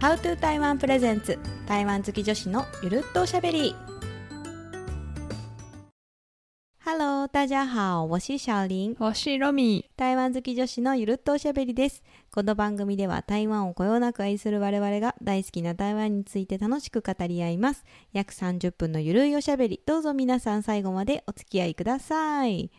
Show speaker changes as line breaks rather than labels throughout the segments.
How to 台湾プレゼンツ台湾好き女子のゆるっとおしゃべり Hello 大家好我是小林
我是ロミ
台湾好き女子のゆるっとおしゃべりですこの番組では台湾をこよなく愛する我々が大好きな台湾について楽しく語り合います約30分のゆるいおしゃべりどうぞ皆さん最後までお付き合いください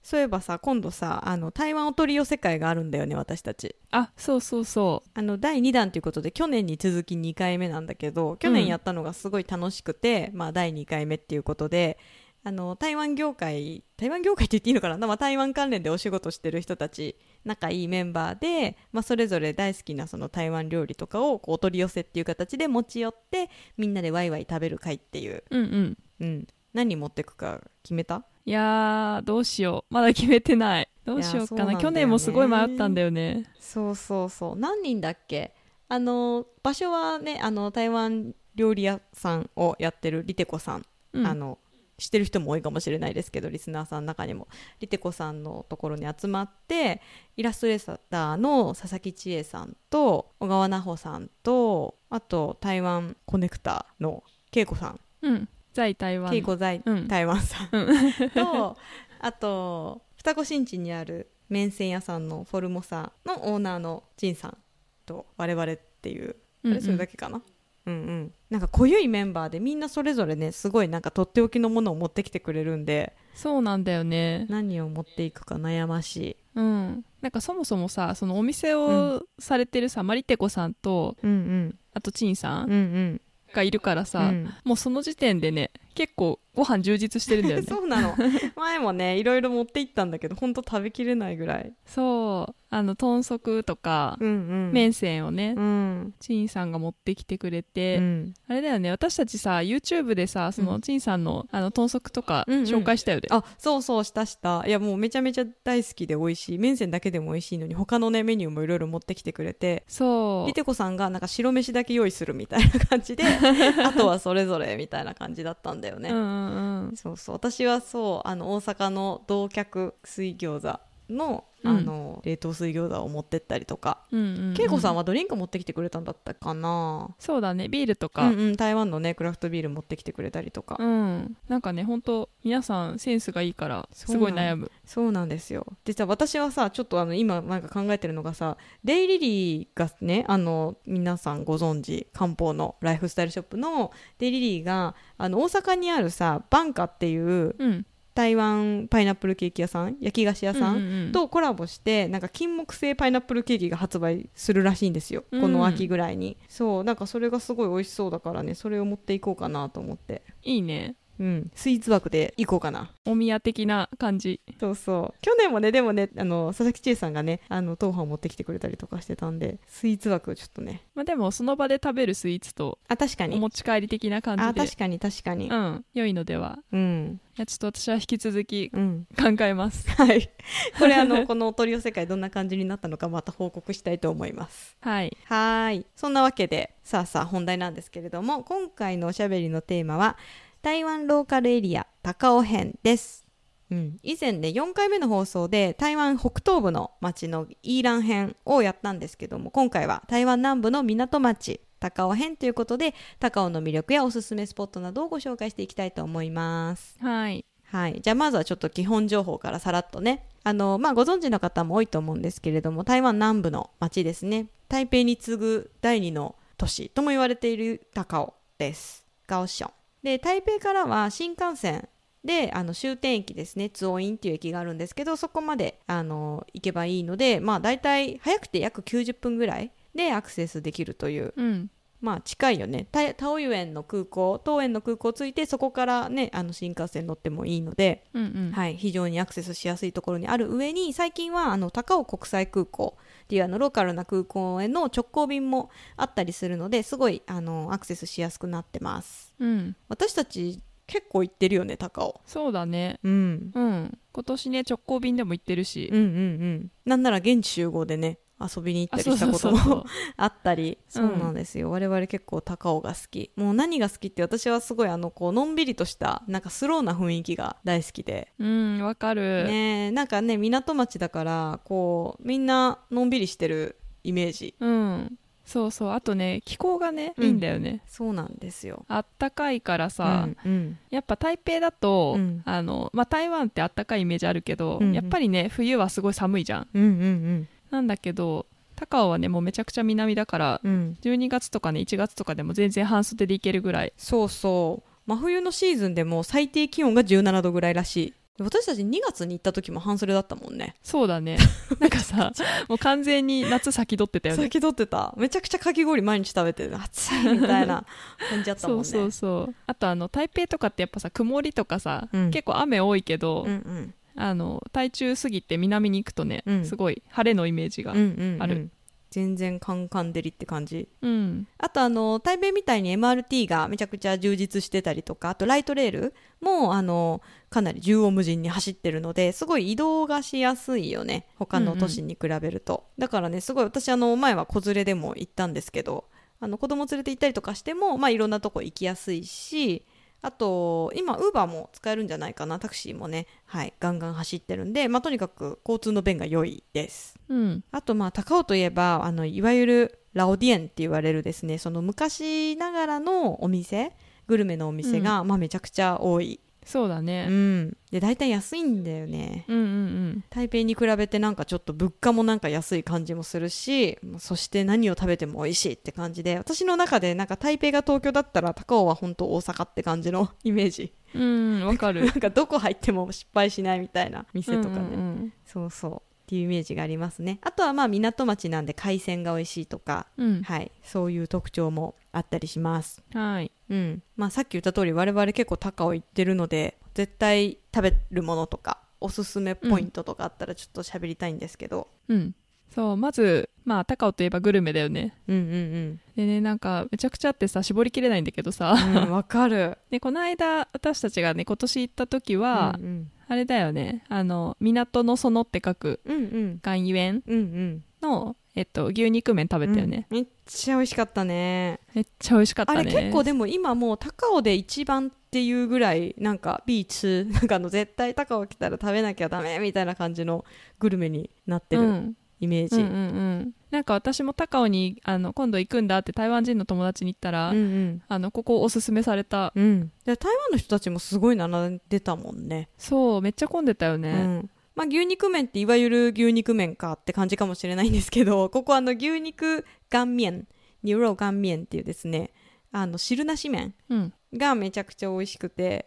そういえばさ今度さあの台湾お取り寄せ会があるんだよね私たち
あそうそうそ
あの第2弾ということで去年に続き2回目なんだけど去年やったのがすごい楽しくて、まあ、第2回目っていうことであの台湾業界台湾業界って言っていいのかな、ま あ、台湾関連でお仕事してる人たち仲いいメンバーで、まあ、それぞれ大好きなその台湾料理とかをこうお取り寄せっていう形で持ち寄ってみんなでワイワイ食べる会っていう、
ううんうん
うん、何持ってくか決めた
いやーどうしようまだ決めてないどうしようか
い
な
やそうなんだよね
去年もすごい迷ったんだよね
そうそうそう何人だっけあの場所はねあの台湾料理屋さんをやってるリテコさん
うん
あの知ってる人も多いかもしれないですけどリスナーさんの中にもリテコさんのところに集まってイラストレーターの佐々木千恵さんと小川奈穂さんとあと台湾コネクターの恵子さん
うん在台湾
恵子在
うん
台湾さん
う
とあと双子新地にある麺線屋さんのフォルモサのオーナーのジンさんと我々っていう
うんうん
それだけかなうんうんなんか濃ゆいメンバーでみんなそれぞれねすごいなんかとっておきのものを持ってきてくれるんで
そうなんだよね
何を持っていくか悩ましい
うんなんかそもそもさそのお店
う
をされてるさ、マリテコさんと
うん
あとチンさ
うん
ん
ん
がいるから
う
さ、
ん
もうその時点でね結構ご飯充実してるんだよね
そうな の前もねいろいろ持って行ったんだけどほんと食べきれないぐらい
そうあの豚足とか、
んうん
麺線をね、
うん
チンさんが持ってきてくれて、
うん
あれだよね私たちさ YouTube でさそ
うん
の陳さんの,、あの豚足とか
うんうん
紹介したよね、
あそうそうしたしたいやもうめちゃめちゃ大好きで美味しい麺線だけでも美味しいのに他のねメニューもいろいろ持ってきてくれて
そう
リテコさんがなんか白飯だけ用意するみたいな感 じであとはそれぞれみたいな感じだったんだよね、
うんうんうん
そうそう私はそうあの大阪の同客水餃子のあ
うん
の、冷凍水餃子を持ってったりとか
うんうんうん
恵子、さんはドリンク持ってきてくれたんだったかな、
そうだねビールと
う
か、うん
んうん、台湾のねクラフトビール持ってきてくれたりとか、
なんかね本当皆さんセンスがいいから
そう
すごい悩む
そうなんですよでさ私はさちょっとあの今なんか考えてるのがさデイリリーがねあの皆さんご存知漢方のライフスタイルショップのデイリリーがあの大阪にあるさバンカっていう
うん
台湾パイナップルケーキ屋さん焼き菓子屋さ
うんんうんうん
とコラボしてなんか金木製パイナップルケーキが発売するらしいんですよ、
うん
この秋ぐらいにそうなんかそれがすごい美味しそうだからねそれを持っていこうかなと思って
いいね
うんスイーツ枠でいこうかな
お宮的な感じ
そうそう去年もねでもねあの佐々木千恵さんがねあの豆腐を持ってきてくれたりとかしてたんでスイーツ枠ちょっとね
まあでもその場で食べるスイーツと
あ確か
お
に
持ち帰り的な感
あ
じで
確かに確かに
うん良いのでは
うん
いやちょっと私は引き続き
うん
考えます
はいこれあのこのお取り寄せ会どんな感じになったのかまた報告したいと思います
はい
はーいそんなわけでさあさあ本題なんですけれども今回のおしゃべりのテーマは台湾ローカルエリア高尾編です、うん、以前ね4回目の放送で台湾北東部の町のイーラン編をやったんですけども今回は台湾南部の港町高尾編ということで高尾の魅力やおすすめスポットなどをご紹介していきたいと思います
はい
はい、じゃあまずはちょっと基本情報からさらっとねあの、まあ、ご存知の方も多いと思うんですけれども台湾南部の町ですね台北に次ぐ第二の都市とも言われている高尾です高尾市で台北からは新幹線であの終点駅ですね津尾院っていう駅があるんですけどそこまであの行けばいいので、まあ、大体早くて約90分ぐらいでアクセスできるという
うん
まあ近いよねた田尾園の空港桃園の空港着いてそこからねあの新幹線乗ってもいいので、
うんうん
はい、非常にアクセスしやすいところにある上に最近はあの高尾国際空港っていうあのローカルな空港への直行便もあったりするのですごいあのアクセスしやすくなってます
うん
私たち結構行ってるよね高尾、
そうだね
うん、
うん今年ね直行便でも行ってるし、
うんうんうんなんなら現地集合でね遊びに行
あ
った
そう
りした
そう
こと
そう
も
そう
あったり
う
そ
ん
うなんですよ、我々結構高尾が好きもう何が好きって私はすごいあのこうのんびりとしたなんかスローな雰囲気が大好きで、
うんわかる、
ねえなんかね港町だからこうみんなのんびりしてるイメージ
うんそうそうあとね気候がね、
うん
いいんだよね
そうなんですよ。
あったかいからさ、
うん
やっぱ台北だと、
うん
あのまあ、台湾ってあったかいイメージあるけど、
うんうん
やっぱりね冬はすごい寒いじゃん
うんうん
なんだけど高尾はねもうめちゃくちゃ南だから
うんうん
12月とかね1月とかでも全然半袖でいけるぐらい
そうそう真冬のシーズンでも最低気温が17度ぐらいらしい私たち2月に行った時も半袖だったもんね
そう だねなんかさもう完全に夏先取ってたよね
先取ってためちゃくちゃかき氷毎日食べて暑いみたいな 感じだったもん
そ
ね
うそうそうあとあの台北とかってやっぱさ曇りとかさ、
うん
結構雨多いけど、
うんうん
あの台中過ぎて南に行くとね、
うん
すごい晴れのイメージが
うんうんうん
ある
全然カンカン照りって感じ
うん、
あとあの台北みたいに MRT がめちゃくちゃ充実してたりとかあとライトレールもあのかなり縦横無尽に走ってるのですごい移動がしやすいよね他の都市に比べると、だからねすごい私あの前は子連れでも行ったんですけどあの子供連れて行ったりとかしても、まあ、いろんなとこ行きやすいしあと今ウーバーも使えるんじゃないかなタクシーもね、はい、ガンガン走ってるんで、まあ、とにかく交通の便が良いです
うん、
あとまあ高尾といえばあのいわゆるラオディエンって言われるですねその昔ながらのお店グルメのお店が、まあ、めちゃくちゃ多い、
そうだ
う
ね、
ん、で大体安いんだよね
うん、うんうん
台北に比べてなんかちょっと物価もなんか安い感じもするしまあそして何を食べても美味しいって感じで私の中でなんか台北が東京だったら高尾は本当大阪って感じの イメージ
うんわか
な
る
んかどこ入っても失敗しないみたいな店とかね、
うんうん
そうそうっていうイメージがありますねあとはまあ港町なんで海鮮が美味しいとか、
うん
はい、そういう特徴もあったりします
はい
うんまあさっき言った通り我々結構高尾行ってるので絶対食べるものとかおすすめポイントとかあったらちょっと喋りたいんですけど、
うんそうまずまあ高尾といえばグルメだよね
うん、うん
でねなんかめちゃくちゃあってさ絞りきれないんだけどさ
うんうんわかる
でこの間私たちがね今年行った時は、
うん
あれだよねあの港の園って書く
うんうん
岩園
うんうん
の、えっと、牛肉麺食べたよね、
うんめっちゃ美味しかったね
めっちゃ美味しかったね
あれ結構でも今もう高尾で一番っていうぐらいなんかビーチ なんかあの絶対高尾来たら食べなきゃダメみたいな感じのグルメになって
う
る
ん
イメー
うん
ジ、
うんうんなんか私も高尾にあの今度行くんだって台湾人の友達に言ったら、
うんうん
あのここおすすめされた
うんで台湾の人たちもすごい並んでたもんね
そうめっちゃ混んでたよ
う
ね、
んまあ、牛肉麺っていわゆる牛肉麺かって感じかもしれないんですけど ここあの牛肉乾麺牛肉乾麺っていうですねあの汁なし麺
うん
がめちゃくちゃ美味しくて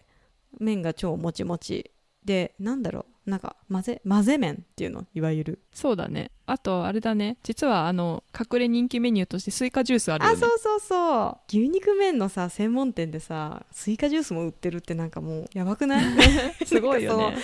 麺が超もちもちでなんだろうなんか混ぜ混ぜ麺っていうのいわゆる、
そうだねあとあれだね実はあの隠れ人気メニューとしてスイカジュースあるよ
あ
ね
そうそうそう牛肉麺のさ専門店でさスイカジュースも売ってるってなんかもうやばくない
すごいよね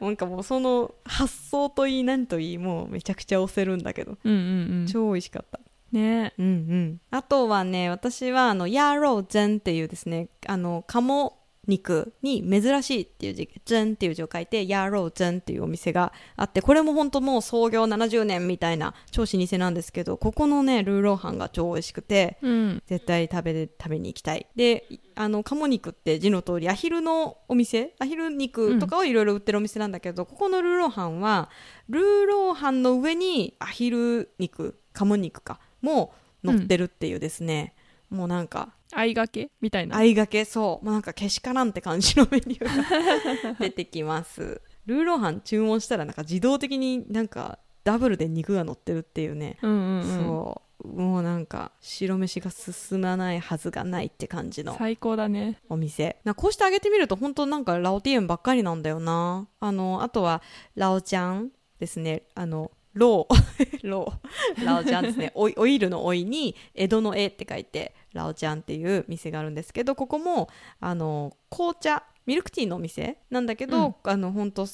なんかもうその発想といい何といいもうめちゃくちゃ押せるんだけど
うんうんうん
超美味しかった
ね
うんうん、あとはね私はあのヤーローゼンっていうですねあの鴨肉に珍しいっていう字ゼンっていう字を書いてヤーローゼンっていうお店があってこれも本当もう創業70年みたいな超老舗なんですけどここのねルーローハンが超美味しくて
うん
絶対食べて食べに行きたいであの鴨肉って字の通りアヒルのお店アヒル肉とかをいろいろ売ってるお店なんだけど、ここのルーローハンはルーローハンの上にアヒル肉鴨肉かも乗ってるっていうですね、もうなんか
合いがけみたいな
合いがけそうもうなんかけしからんって感じのメニュー が出てきますルーローハン注文したらなんか自動的になんかダブルで肉が乗ってるっていうね
うんうんうん
そうもうなんか白飯が進まないはずがないって感じの
最高だね
お店なこうしてあげてみると本当なんかラオティエンばっかりなんだよなあのあとはラオちゃんですねあのロー ローラオちゃんですねオイオイルのオイに江戸の絵って書いてラオちゃんっていう店があるんですけどここもあの紅茶ミルクティーのお店なんだけど、
うん
あの本当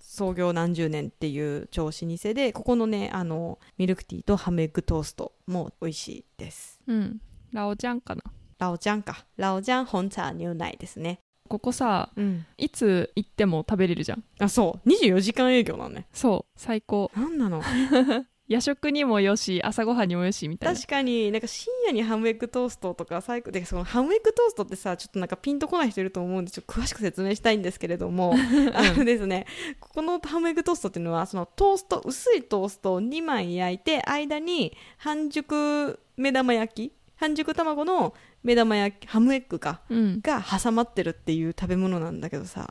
創業何十年っていう超老舗でここのねあのミルクティーとハムエッグトーストも美味しいです
うんラオちゃんかな
ラオちゃんかラオちゃん本茶牛奶ですね
ここさ
うん
いつ行っても食べれるじゃん
あそう24時間営業なんね
そう最高
なん なの
夜食にもよし朝ごはんにもよしみたいな
確かになんか深夜にハムエッグトーストとか最高でそのハムエッグトーストってさちょっとなんかピンとこない人いると思うんでちょっと詳しく説明したいんですけれど もあのですねここのハムエッグトーストっていうのはそのトースト薄いトーストを2枚焼いて間に半熟目玉焼き半熟卵の目玉焼きハムエッグか
うん
が挟まってるっていう食べ物なんだけどさ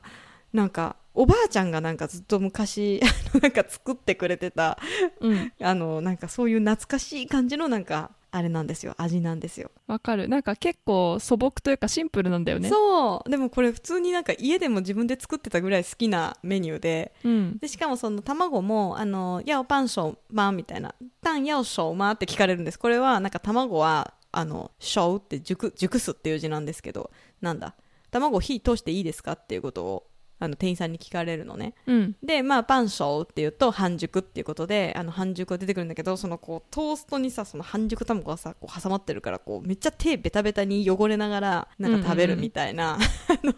なんかおばあちゃんがなんかずっと昔あのなんか作ってくれてた
うん
あのなんかそういう懐かしい感じのなんかあれなんですよ味なんですよ、
わかるなんか結構素朴というかシンプルなんだよね
そうでもこれ普通になんか家でも自分で作ってたぐらい好きなメニューで
うん
でしかもその卵も「あのやおパンショーマン」みたいな「タンやおショーマン」って聞かれるんですこれはなんか卵は「あのショー」って熟熟すっていう字なんですけどなんだ卵火通していいですかっていうことをあの店員さんに聞かれるのね
うん
でまあパンショーっていうと半熟っていうことであの半熟が出てくるんだけどそのこうトーストにさその半熟卵がさこう挟まってるからこうめっちゃ手ベタベタに汚れながらなんか食べるみたいな、あの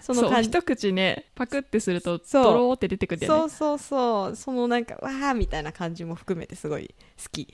その
そう
感じ
一口ねパクってすると
そう
ドローって出てくるんだ
そ
よ
うそうそうそのなんかわーみたいな感じも含めてすごい好き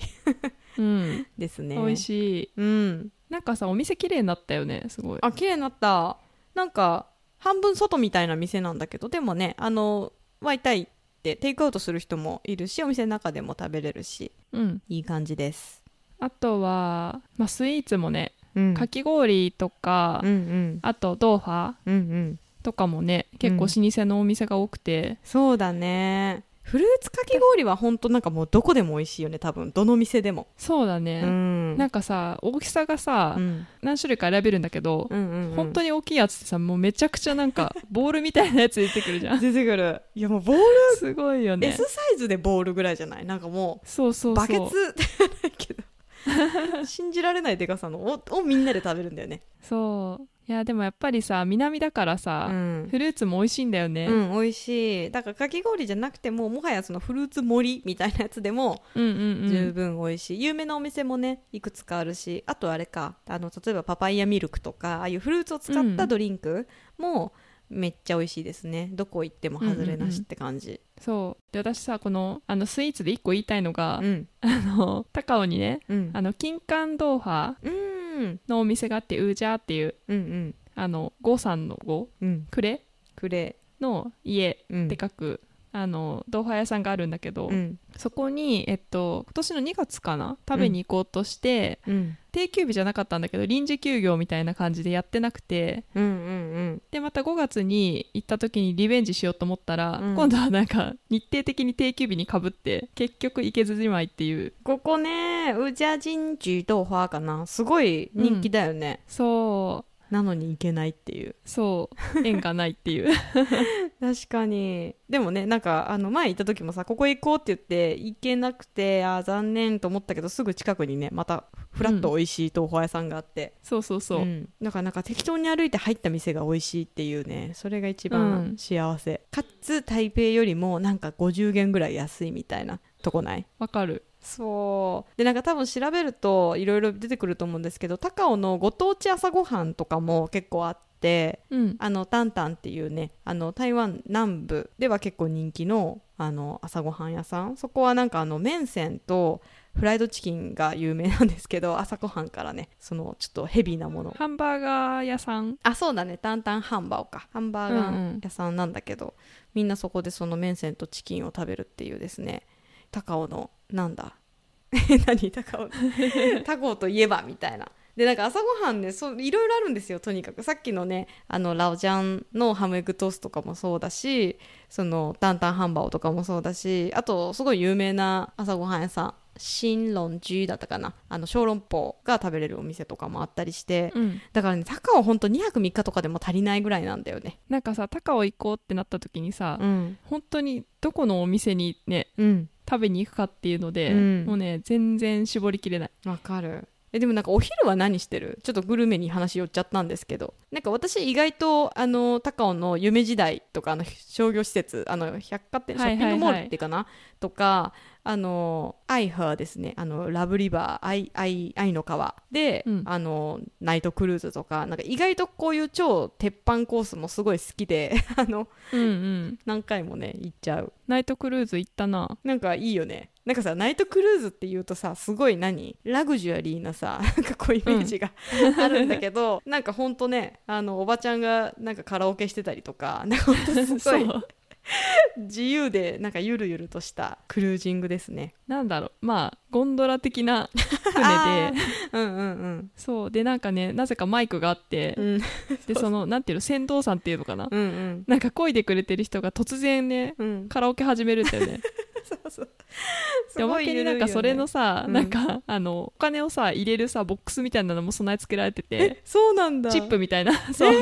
ね
です
う
ね
ん美味しい
うん
なんかさお店綺麗になったよねすごい
あ綺麗になったなんか半分外みたいな店なんだけどでもねあのワイタイってテイクアウトする人もいるしお店の中でも食べれるし
うん
いい感じです
あとはまあスイーツもね
うん
かき氷とか
うんうん
あとドーファー
うんうん
とかもね結構老舗のお店が多くて、
そうだねフルーツかき氷は本当なんかもうどこでも美味しいよね多分どの店でも
そうだ
う
ね、
ん
なんかさ大きさがさ、
うん
何種類か選べるんだけど、
うんうんうん
本当に大きいやつってさもうめちゃくちゃなん かボールみたいなやつ出てくるじゃん
出てくるいやもうボール
すごいよね
S サイズでボールぐらいじゃないなんかも
そうそうそう
うバケツ ってないけど信じられないでかさのををみんなで食べるんだよね、
そういやでもやっぱりさ南だから
う
さ、
ん
フルーツも美味しいんだよね、
うん、美味しいだからかき氷じゃなくてももはやそのフルーツ盛りみたいなやつでも
うん、うんうん
十分美味しい、有名なお店もねいくつかあるしあとあれかあの例えばパパイヤミルクとかああいうフルーツを使ったドリンクもめっちゃ美味しいですねどこ行っても外れなしって感じ
そうで私さこのあのスイーツで一個言いたいのが、
うん
あの高尾にね
うん
あの金柑ドーファー
うん
のお店があってウージャーっていう
うんうん
あのゴさんのゴ
うん
クレ
くれ
の家
うん
でかく、あのドーファー屋さんがあるんだけど、
うん
そこに、えっと、今年の2月かな食べに行こうとして、
うん
定休日じゃなかったんだけど臨時休業みたいな感じでやってなくて
うんうん
でまた5月に行った時にリベンジしようと思ったら、
うん
今度はなんか日程的に定休日にかぶって結局行けずじまいっていう
ここねウジャジンジ豆花かなすごい人気だよね、
そ
なのに行けないっていう
うそう縁がないっていう
確かにでもねなんかあの前行った時もさここ行こうって言って行けなくてあー残念と思ったけどすぐ近くにねまたフラッと美味しい豆腐屋さんがあって、
そうそうそう、
んだからなんか適当に歩いて入った店が美味しいっていうねそれが一番幸せ、かつ台北よりもなんか50元ぐらい安いみたいなとこない
わかる
そうでなんか多分調べるといろいろ出てくると思うんですけど高尾のご当地朝ごはんとかも結構あって
うん
あのタンタンっていうねあの台湾南部では結構人気のあの朝ごはん屋さんそこはなんかあの麺線とフライドチキンが有名なんですけど朝ごはんからねそのちょっとヘビーなもの
ハンバーガー屋さん
あそうだねタンタンハンバーかハンバーガー屋さんなんだけど、みんなそこでその麺線とチキンを食べるっていうですね高尾のなんだ 何高尾の高尾といえばみたいなでなんか朝ごはんねそういろいろあるんですよとにかくさっきのねあのラオジャンのハムエッグトーストとかもそうだしそのタンタンハンバーグとかもそうだしあとすごい有名な朝ごはん屋さん新論寺だったかなあの小籠包が食べれるお店とかもあったりして、
うん
だからね高尾ほんと2泊3日とかでも足りないぐらいなんだよね
なんかさ高尾行こうってなった時にさ、
うん
本当にどこのお店にね
うん
食べに行くかっていうので、
うん
もうね全然絞りきれない
わかるえでもなんかお昼は何してるちょっとグルメに話寄っちゃったんですけどなんか私意外とあの高尾の夢時代とかあの商業施設あの百貨店シ
は
ョ
い
ッ
は
ピ
いは
ン
い
グモールっていうかな、とかあのアイハーですねあのラブリバーアイアイアイの川で、
うん
あのナイトクルーズとかなんか意外とこういう超鉄板コースもすごい好きで あの
うんうん
何回もね行っちゃう
ナイトクルーズ行ったな
なんかいいよねなんかさナイトクルーズっていうとさすごい何ラグジュアリーなさ なんかこうイメージがあるんだけど、なんかほんとねあのおばちゃんがなんかカラオケしてたりとかなんかほんとすご
そ
いう自由でなんかゆるゆるとしたクルージングですね
なんだろうまあゴンドラ的な
あ
船で
うんうん
そうでなんかねなぜかマイクがあって、
うんうん
でそのなんていうの船頭さんっていうのかな、
うんうん
なんか漕いでくれてる人が突然ね
うん
カラオケ始めるんだ よね
そうそう
でおまけになんかそれのさ、
うん
なんかあのお金をさ入れるさボックスみたいなのも備え付けられてて
そうなんだ
チップみた いなそう、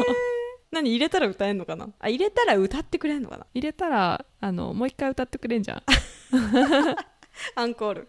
何入れたら歌えんのかなあ入れたら歌ってくれんのかな
入れたらあのもう一回歌ってくれんじゃん
アンコール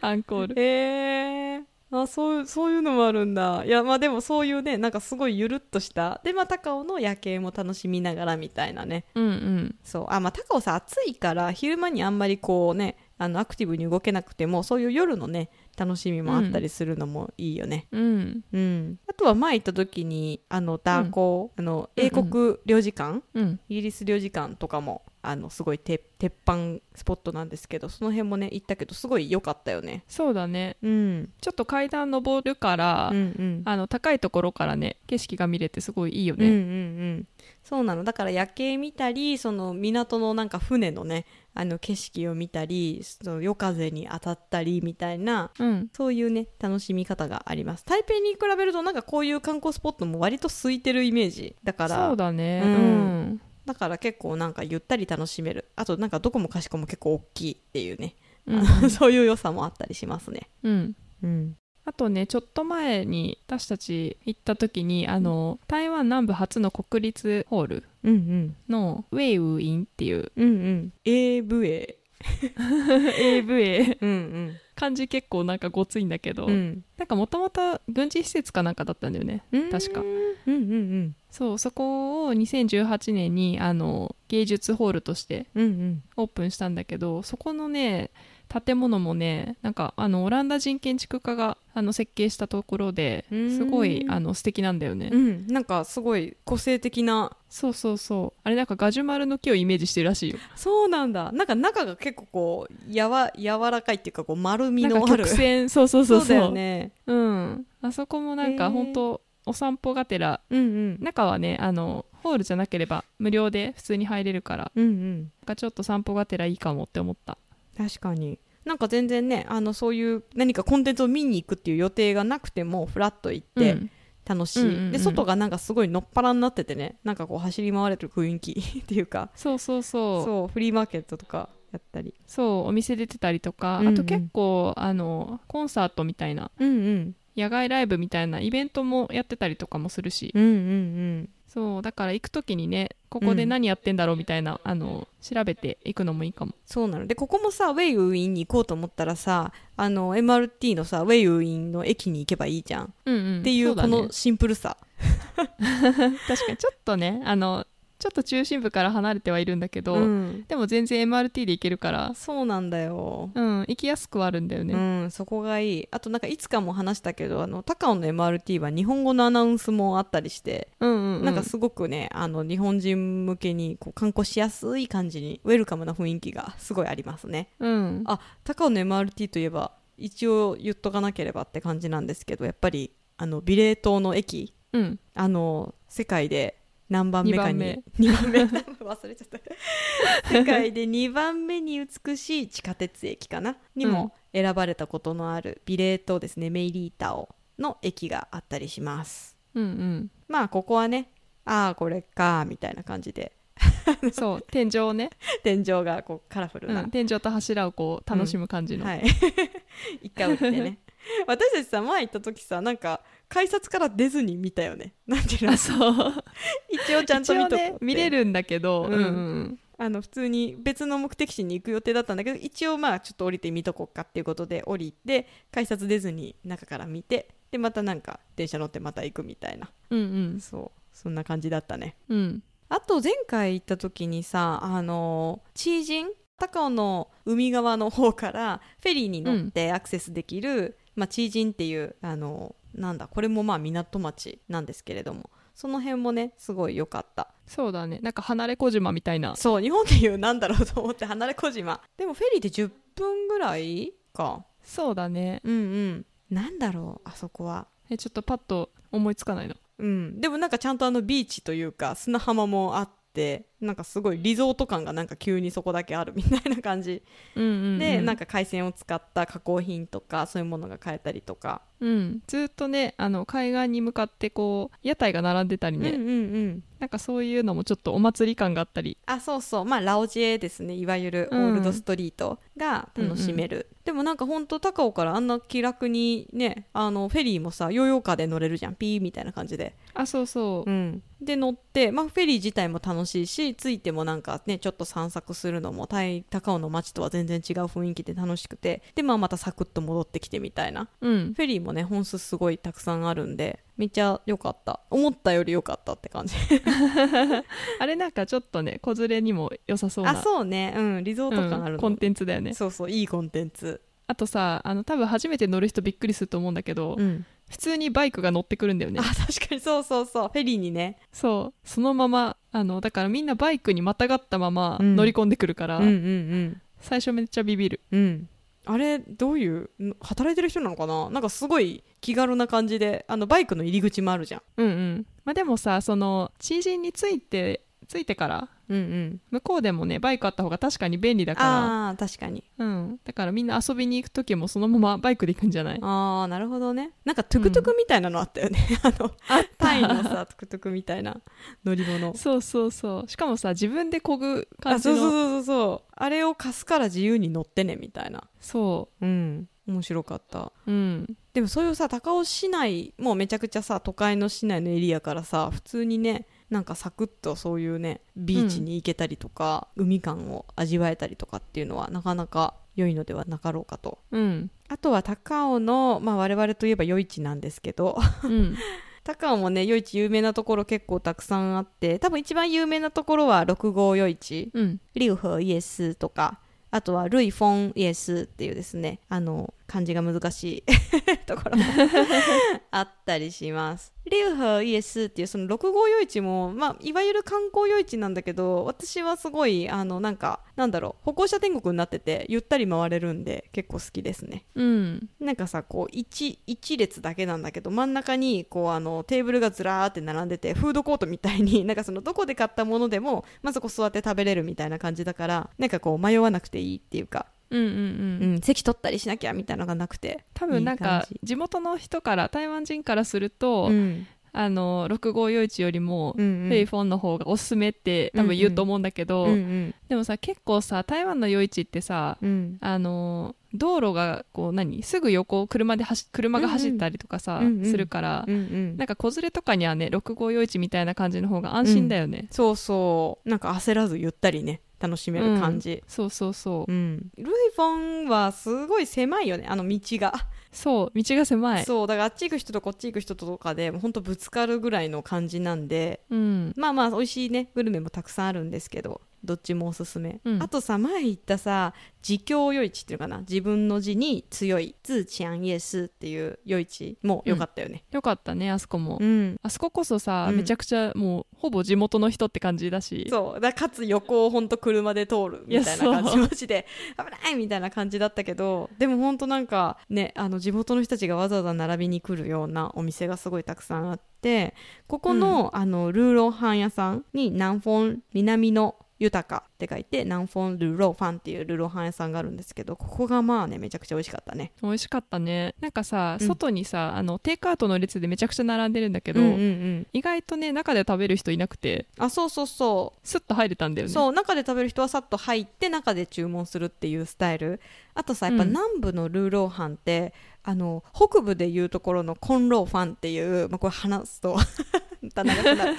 アンコール
へえあそうそういうのもあるんだいやまあでもそういうねなんかすごいゆるっとしたでまあ高尾の夜景も楽しみながらみたいなね
うんうん
そうあまあ高尾さ暑いから昼間にあんまりこうねあのアクティブに動けなくてもそういう夜のね楽しみもあったりするのもいいよね、
うん
うんあとは前行った時にあのダーコー、あの英国領事館、
うん
イギリス領事館とかもあのすごいて鉄板スポットなんですけどその辺もね行ったけどすごい良かったよね
そうだね
うん
ちょっと階段登るから、
うんうん
あの高いところからね景色が見れてすごいいいよ
うんうんう
ね、
んそうなのだから夜景見たりその港のなんか船のねあの景色を見たりその夜風に当たったりみたいな
うん
そういうね楽しみ方があります台北に比べるとなんかこういう観光スポットも割と空いてるイメージだか
そ
ら
うだね
う
うんん、
だから結構なんかゆったり楽しめるあとなんかどこもかしこも結構大きいっていうね、
うん
そういう良さもあったりしますね
うん
うん
あとねちょっと前に私たち行った時にあの台湾南部初の国立ホール
うんうん
のウェイウインっていう
うんうん。AVA。
AVA
うん
漢字結構なんかごついんだけど、
うん。うん。
なんかもともと軍事施設かなんかだったんだよね確か
うんうんうん。
そうそこを2018年にあの芸術ホールとして
うんうん。
オープンしたんだけどそこのね建物もねなんかあのオランダ人建築家があの設計したところで
うーん
すごいあの素敵なんだよね、
うん、なんかすごい個性的な
そうそうそうあれなんかガジュマルの木をイメージしてるらしいよ
そうなんだなんか中が結構こうやわ柔らかいっていうかこう丸み
なん
の
か
ある
曲線そうそうそうそう
だよね
うんあそこもなん
へ
か
ー
本当お散歩がてら
うんうん
中はねあのホールじゃなければ無料で普通に入れるから
うんうん
なんかちょっと散歩がてらいいかもって思った
確かになんか全然ねあのそういう何かコンテンツを見に行くっていう予定がなくてもフラッと行っ
う
て
ん
楽しい、
うんうんうん
で外がなんかすごいのっぱらになっててねなんかこう走り回れてる雰囲気っていうか
そうそうそう
そうフリーマーケットとかやったり
そうお店出てたりとか、
うんうん
あと結構あのコンサートみたいな
うんうん
野外ライブみたいなイベントもやってたりとかもするし、
うんうん
そうだから行く時にねここで何やってんだろうみたいな、あの調べていくのもいいかも
そうなのでここもさウェイウィンに行こうと思ったらさあの MRT のさウェイウィンの駅に行けばいいじゃん、
うんっ
っていうこ
ね、
のシンプルさ
確かにちょっとねあのちょっと中心部から離れてはいるんだけど、
うん
でも全然 MRT で行けるから
そうなんだよ、
うん行きやすくはあるんだよね、
うんそこがいいあとなんかいつかも話したけどあの高尾の MRT は日本語のアナウンスもあったりして、
うん、うんうん
なんかすごくねあの日本人向けにこう観光しやすい感じにウェルカムな雰囲気がすごいありますね
うん
あ高尾の MRT といえば一応言っとかなければって感じなんですけどやっぱりあのビレー島の駅
うん
あの世界で何番目かに2番目 忘れちゃった世界で2番目に美しい地下鉄駅かなにも選ばれたことのあるビレー島ですねメイリータオの駅があったりします
うん
まあここはねああこれかみたいな感じで
うんそう天井をね、
天井がこうカラフル
う
な、
ん、天井と柱をこう楽しむ感じの、
はい 一回降りて ね私たちさ前行った時さなんか改札から出ずに見たよねなんていうの
あそう
一応ちゃんと見とこうって
一応ね見れるんだけど、
うん
うんうん
あの普通に別の目的地に行く予定だったんだけど一応まあちょっと降りてみとこうかっていうことで降りて改札出ずに中から見てでまたなんか電車乗ってまた行くみたいな
うん
そうそんな感じだったね
うんうん
あと前回行った時にさあの知人高尾の海側の方からフェリーに乗ってアクセスできる、まあ、知人っていうあのなんだこれもまあ港町なんですけれどもその辺もねすごい良かった
そうだねなんか離れ小島みたいな
そう日本でいうなんだろうと思って離れ小島でもフェリーで10分ぐらいか
そうだね
うんうんなんだろうあそこは
えちょっとパッと思いつかないの
うんでもなんかちゃんとあのビーチというか砂浜もあってなんかすごいリゾート感がなんか急にそこだけあるみたいな感じ
うんうんうん
で、なんか海鮮を使った加工品とかそういうものが買えたりとか、
うん、ずっとねあの海岸に向かってこう屋台が並んでたりね、
うんうんうん
なんかそういうのもちょっとお祭り感があったり
あそうそうまあラオジエですねいわゆるオ
うん
ールドストリートが楽しめる、でもなんかほんと高尾からあんな気楽にねあのフェリーもさヨーヨーカーで乗れるじゃんピーみたいな感じで、
あそうそう、
うん、で乗って、まあ、フェリー自体も楽しいし着いてもなんかねちょっと散策するのも大高尾の街とは全然違う雰囲気で楽しくてで、まあ、またサクッと戻ってきてみたいな
うん、
フェリーもね本数すごいたくさんあるんでめっちゃ良かった思ったより良かったって感じ
あれなんかちょっとね子連れにも良さそうな
あそうねうんリゾート感あ
う
る
ん
の、
コンテンツだよね
そうそういいコンテンツ、
あとさあの多分初めて乗る人びっくりすると思うんだけど、
うん
普通にバイクが乗ってくるんだよね
あ確かにそうそうそうフェリーにね
そうそのままあのだからみんなバイクにまたがったまま
うん
乗り込んでくるから、
ん
最初めっちゃビビる
うんうんあれどういうん働いてる人なのかななんかすごい気軽な感じであのバイクの入り口もあるじゃん
うんうんまあでもさその知人についてついてから
うんうん
向こうでもねバイクあった方が確かに便利だか
ああー確かに
ら、うん、だからみんな遊びに行く時もそのままバイクで行くんじゃない
ああなるほどねなんかトゥクトゥクみたいなのあったよね、 あのタイのさトゥ クトゥクみたいな乗り物
そうそうそうしかもさ自分でこぐ感
あ
じ
そう
の
そう
そ
そ
う
うそうそうあれを貸すから自由に乗ってねみたいなうん面白かった
うん
でもそういうさ高尾市内もうめちゃくちゃさ都会の市内のエリアからさ普通にねなんかサクッとそういうねビーチに行けたりとか、海感を味わえたりとかっていうのはなかなか良いのではなかろうかと
うん
あとは高尾の、まあ、我々といえば夜市なんですけど
うん
高尾もね夜市有名なところ結構たくさんあって多分一番有名なところは六号夜市
うん
リュウホイエスとかあとはルイ・フォン・イエスっていうですねあの漢字が難しいところもあったりしますリュウホイエスっていうその六号夜市も、まあ、いわゆる観光夜市なんだけど私はすごいあのなんかなんだろう歩行者天国になっててゆったり回れるんで結構好きですね
うん
なんかさこう 1, 一列だけなんだけど真ん中にこうあのテーブルがずらーって並んでてフードコートみたいに なんかそのどこで買ったものでもまずこう座って食べれるみたいな感じだからなんかこう迷わなくていいっていうか、
うんうん
う
うん
ん、席取ったりしなきゃみたいなのがなくて
多分なん
いい
か
感じ
地元の人から台湾人からすると、
ん
あの6 5 4 1よりも、
うんうん
フェイフォンの方がおすすめって多分言うと思うんだけど、
うんうん
でもさ結構さ台湾の夜市ってさ、
うん
あの道路がこう何すぐ横を車で走車が走ったりとかさ、
うんうん
するから、
うんうん
なんか子連れとかにはね6 5 4 1みたいな感じの方が安心だよね、
そうそうなんか焦らずゆったりね楽しめる感じ、
そうそうそう、
うんルイ・フォンはすごい狭いよねあの道が
そう道が狭い
そうだからあっち行く人とこっち行く人とかでもうほんとぶつかるぐらいの感じなんで
うん
まあまあ美味しいねグルメもたくさんあるんですけどどっちもおすすめ、
うん
あとさ前言ったさ「自強夜市」っていうのかな自分の字に強い「自強夜市」っていう夜市も良かったよね
よかったねあそこも、
うん、
あそここそさ、
うん
めちゃくちゃもうほぼ地元の人って感じだし
そうだからかつ横をほんと車で通るみたいな感
いや
じ
そう
マジで危ないみたいな感じだったけどでもほんとなんかねあの地元の人たちがわざわざ並びに来るようなお店がすごいたくさんあってここの,、あのルーローハン屋さんに南フォン南の豊かって書いて南フォンルーローファンっていうルーローハン屋さんがあるんですけどここがまあねめちゃくちゃ美味しかったね
美味しかったねなんかさ、
うん
外にさあのテイクアウトの列でめちゃくちゃ並んでるんだ
け
けど、
うんうんうん
意外とね中で食べる人いなくて
あそうそうそう
スッと入れたんだよね
そう中で食べる人はさっと入って中で注文するっていうスタイルあとさやっぱ
うん
南部のルーローハンって、あの北部でいうところのコンローファンっていう、まあ、これ話すと また長く なる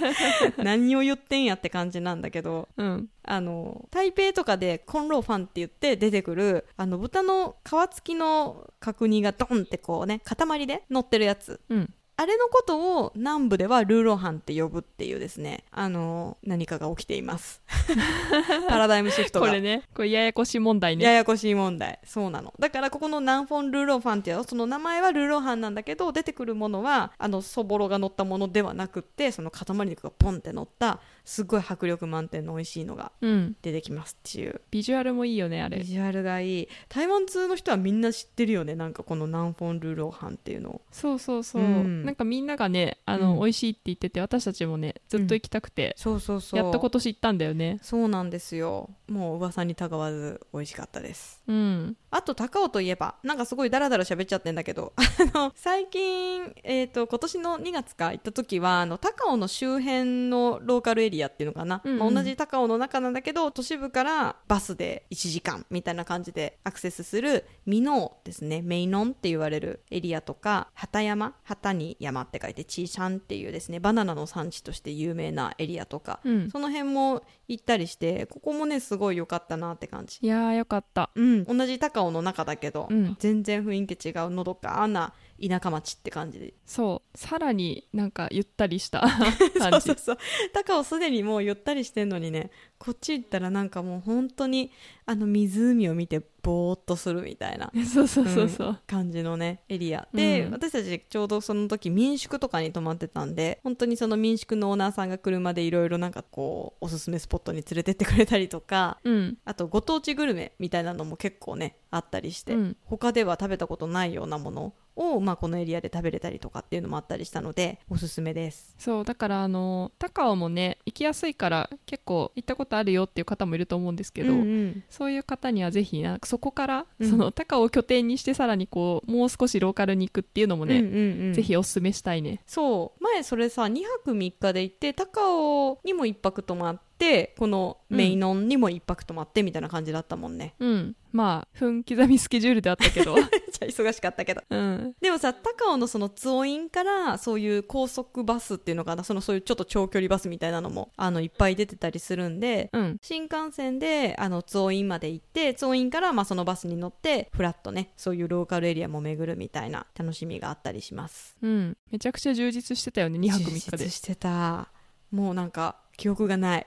何を言ってんやって感じなんだけど
うん
あの台北とかでコンローファンって言って出てくるあの豚の皮付きの角煮がドンってこうね塊で乗ってるやつ
うん
あれのことを南部ではルーローハンって呼ぶっていうですね、あの、何かが起きてい ます。パラダイムシフト
こ
が。
れねこれややこしい問題
や
ね
やこしい問題。そうなの。だからここの南フォンルーローファンっていうのはその名前はルーローハンなんだけど、出てくるものは、あの、そぼろが乗ったものではなくって、その塊肉がポンって乗った、すごい迫力満点の美味しいのが
うん
出てきますっていう。
ビジュアルもいいよねあれ
ビジュアルがいい。台湾通の人はみんな知ってるよね。なんかこの南フォンルーローハンっていうのを。
そうそうそう、
うん
なんかみんながねあの、
うん
美味しいって言ってて私たちもねずっと行きたくて、
そうそうそう
やっと今年行ったんだよね
そうなんですよもう噂にたがわず美味しかったです
うん
あと高尾といえばなんかすごいダラダラ喋っちゃってんだけど あの最近、えー、と今年の2月か行った時はあの高尾の周辺のローカルエリアっていうのかな、
うんうん
まあ同じ高尾の中なんだけど都市部からバスで1時間みたいな感じでアクセスする美濃ですねメイノンって言われるエリアとか畑山畑に山って書いてチーシャンっていうですねバナナの産地として有名なエリアとか、
うん
その辺も行ったりしてここもねすごい良かったなって感じ
いやーよかった
うん、同じ高尾の中だけど、
うん
全然雰囲気違うのどかな田舎町って感じで
そうさらになんかゆったりした
そ
感
うそ
じ
うそう高尾すでにもうゆったりしてんのにねこっち行ったらなんかもう本当にあの湖を見てぼーっとするみたいな
そうそうそうそう
感じのねエリアで、
うん
私たちちょうどその時民宿とかに泊まってたんで本当にその民宿のオーナーさんが車でいろいろなんかこうおすすめスポットに連れてってくれたりとか
うん
あとご当地グルメみたいなのも結構ねあったりして、
うん
他では食べたことないようなものを、まあ、このエリアで食べれたりとかっていうのもあったりしたのでおすすめです
そうだからあの高尾もね行きやすいから結構行ったことあるよっていう方もいると思うんですけ
け
ど、
ど、
そういう方にはぜひなんかそこから、
うん
その高尾を拠点にしてさらにこうもう少しローカルに行くっていうのもね、ぜ
ぜひ
ひおすすめしたいね
そう前それさ2泊3日で行って高尾にも1泊泊まってこのメイノンにも1泊泊まってみたいな感じだったもんね、
うんまあ分刻みスケジュールであったけ ど
めっちゃ忙しかったけど
うん
でもさ高尾のその通院からそういう高速バスっていうのかなそのそういうちょっと長距離バスみたいなのもあのいっぱい出てたりするんで
うん
新幹線であの増院まで行って増院からまあそのバスに乗ってフラッとねそういうローカルエリアも巡るみたいな楽しみがあったりします
うんめちゃくちゃ充実してたよね2泊3日
充
で
実してたもうなんか記憶が ない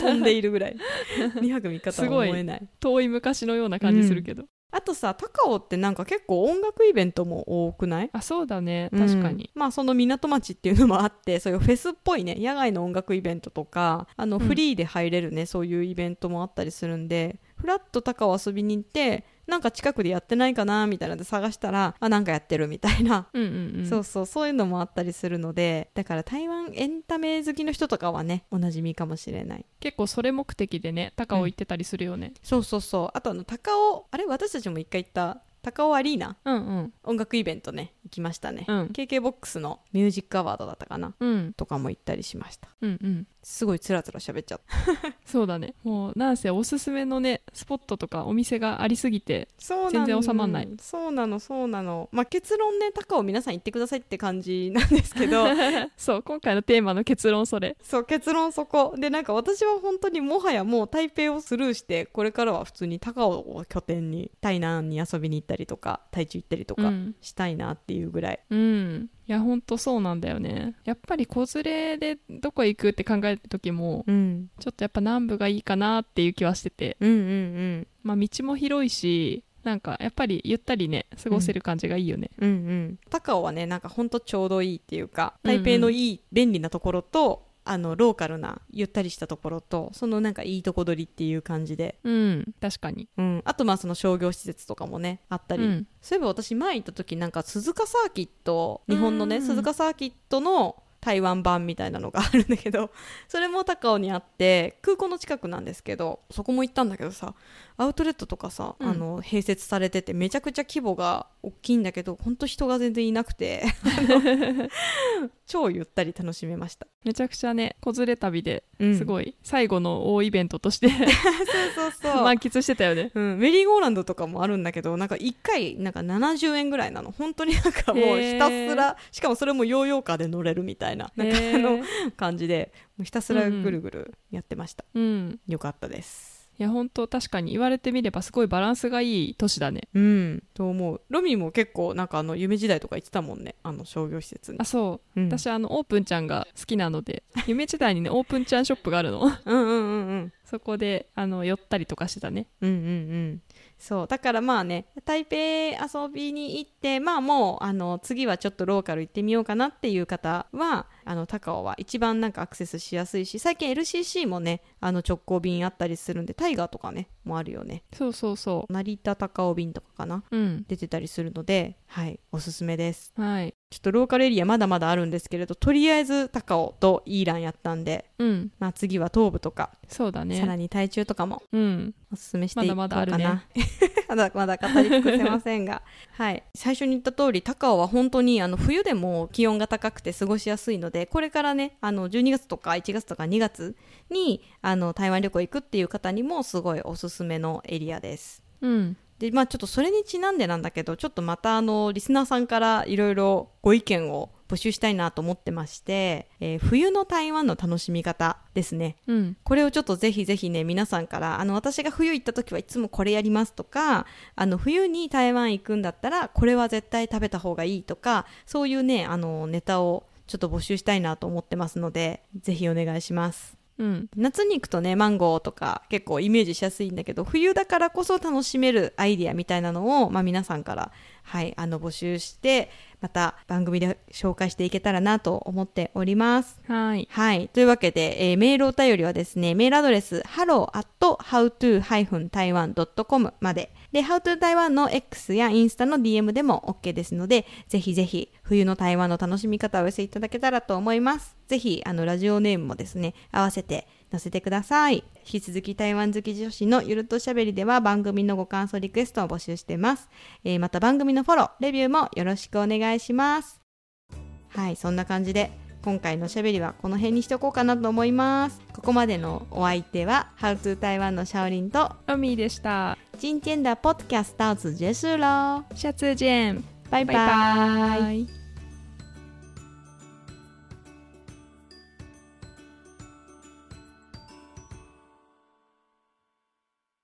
飛んでいるぐらい2泊3日とは思えない
遠い昔のような感じするけど、
あとさ高尾ってなんか結構音楽イベントも多くない
あそうだね確かに、
うんまあその港町っていうのもあって そういうフェスっぽいね野外の音楽イベントとかあの
うん
フリーで入れるね、そういうイベントもあったりするんでフラッと高尾遊びに行ってなんか近くでやってないかなみたいなので探したらあなんかやってるみたいな、
うん、うんうん
そうそうそういうのもあったりするのでだから台湾エンタメ好きの人とかはねおなじみかもしれない
結構それ目的でね高尾行ってたりするよね、
そうそうそうあとあの高尾あれ私たちも一回行った高尾アリーナ
うん、うん
音楽イベントね行きましたね、
うん
KKBOX のミュージックアワードだったかな
うん
とかも行ったりしました
うんうん
すごいつらつら喋っちゃった
そうだねもうなんせおすすめのねスポットとかお店がありすぎ て
そう
なの全然収まんない
そうなのそうなのまあ結論ね高尾皆さん行ってくださいって感じなんですけ ど
そう今回のテーマの結論それ
そう結論そこでなんか私は本当にもはやもう台北をスルーしてこれからは普通に高尾を拠点に台南に遊びに行ったりとか台中行ったりと
う
か
ん、
したいなっていうぐらい、
うん、いやほんとそうなんだよねやっぱり子連れでどこへ行くって考えた時も
うん、
ちょっとやっぱ南部がいいかなっていう気はしてて
うんうん
まあ道も広いしなんかやっぱりゆったりね過ごせる感じがいいよね
うんうん高尾はねなんかほんとちょうどいいっていうか
うんうん
台北のいい便利なところと、あのローカルなゆったりしたところとそのなんかいいとこ取りっていう感じで
うん、確かに
うん、あとまあその商業施設とかもねあったり、
うん
そういえば私前行った時なんか鈴鹿サーキット日本のね
うん
鈴鹿サーキットの台湾版みたいなのがあるんだけど それも高尾にあって空港の近くなんですけどそこも行ったんだけどさアウトレットとかさ、
うん
あの併設されててめちゃくちゃ規模が大きいんだけどほんと人が全然いなくてあの超ゆったり楽しめました、
めちゃくちゃね子連れ旅で
うん
す
い
ごい最後の大イベントとして
そうそうそう
満喫してたよね
うん、メリーゴーランドとかもあるんだけどなんか1回なんか70円ぐらいなの本当になんかもう
へー
ひたすらしかもそれもヨーヨーカーで乗れるみたいななんか
へ
あ
ー
の感じでもうひたすらぐるぐるやってました、
うん
よかったです
いや本当確かに言われてみればすごいバランスがいい都市だね
うんと思うロミーも結構なんかあの夢時代とか行ってたもんねあの商業施設に
あそう
うん、
私あのオープンちゃんが好きなので夢時代にねオープンちゃんショップがあるの
うんうんうんうん
そこであの寄ったりとかしてたね
うんうんうん、そうだからまあね台北遊びに行ってまあもうあの次はちょっとローカル行ってみようかなっていう方はあの高尾は一番なんかアクセスしやすいし最近 LCC もねあの直行便あったりするんでタイガーとかねもあるよね
そうそうそ
成田高尾便とかかな
ううん
出てたりするのではいおすすめです
はい
ちょっとローカルエリアまだまだあるんですけれどとりあえず高尾とイーランやったんで、
うん
まあ、次は東部とか、
そうだ
さら
ね
に台中とかも
うん
おすすめしていこうかな
まだまだあるね
まだ まだ語り尽くせません が、はい、最初に言った通り高尾は本当にあの冬でも気温が高くて過ごしやすいのでこれからねあの12月とか1月とか2月にあの台湾旅行行くっていう方にもすごいおすすめのエリアです。
うん
でまあ、ちょっとそれにちなんでなんだけどちょっとまたあのリスナーさんからいろいろご意見を募集したいなと思ってまして、えー冬の台湾の楽しみ方ですね
うん
これをちょっとぜひぜひね皆さんからあの私が冬行った時はいつもこれやりますとかあの冬に台湾行くんだったらこれは絶対食べた方がいいとかそういうねあのネタをちょっと募集したいなと思ってますのでぜひお願いします
うん
夏に行くとねマンゴーとか結構イメージしやすいんだけど冬だからこそ楽しめるアイディアみたいなのを、まあ、皆さんから、はい、あの募集してまた番組で紹介していけたらなと思っております
はい
はい。というわけで、えーメールお便りはですね、メールアドレス、hello.howto-taiwan.com まで。で、howtoTaiwan の X やインスタの DM でも OK ですので、ぜひぜひ、冬の台湾の楽しみ方をお寄せいただけたらと思います。ぜひ、あの、ラジオネームもですね、合わせて載せてください。引き続き台湾好き女子のゆるっとしゃべりでは番組のご感想リクエストを募集してます。えーまた番組のフォロー、レビューもよろしくお願いします。はい、そんな感じで今回のおしゃべりはこの辺にしておこうかなと思います。ここまでのお相手は How to 台湾のシャオリンと
ロミーでした
今天的 Podcast 到此结束喽，
シャツジェン
拜
バ
拜。
イバイ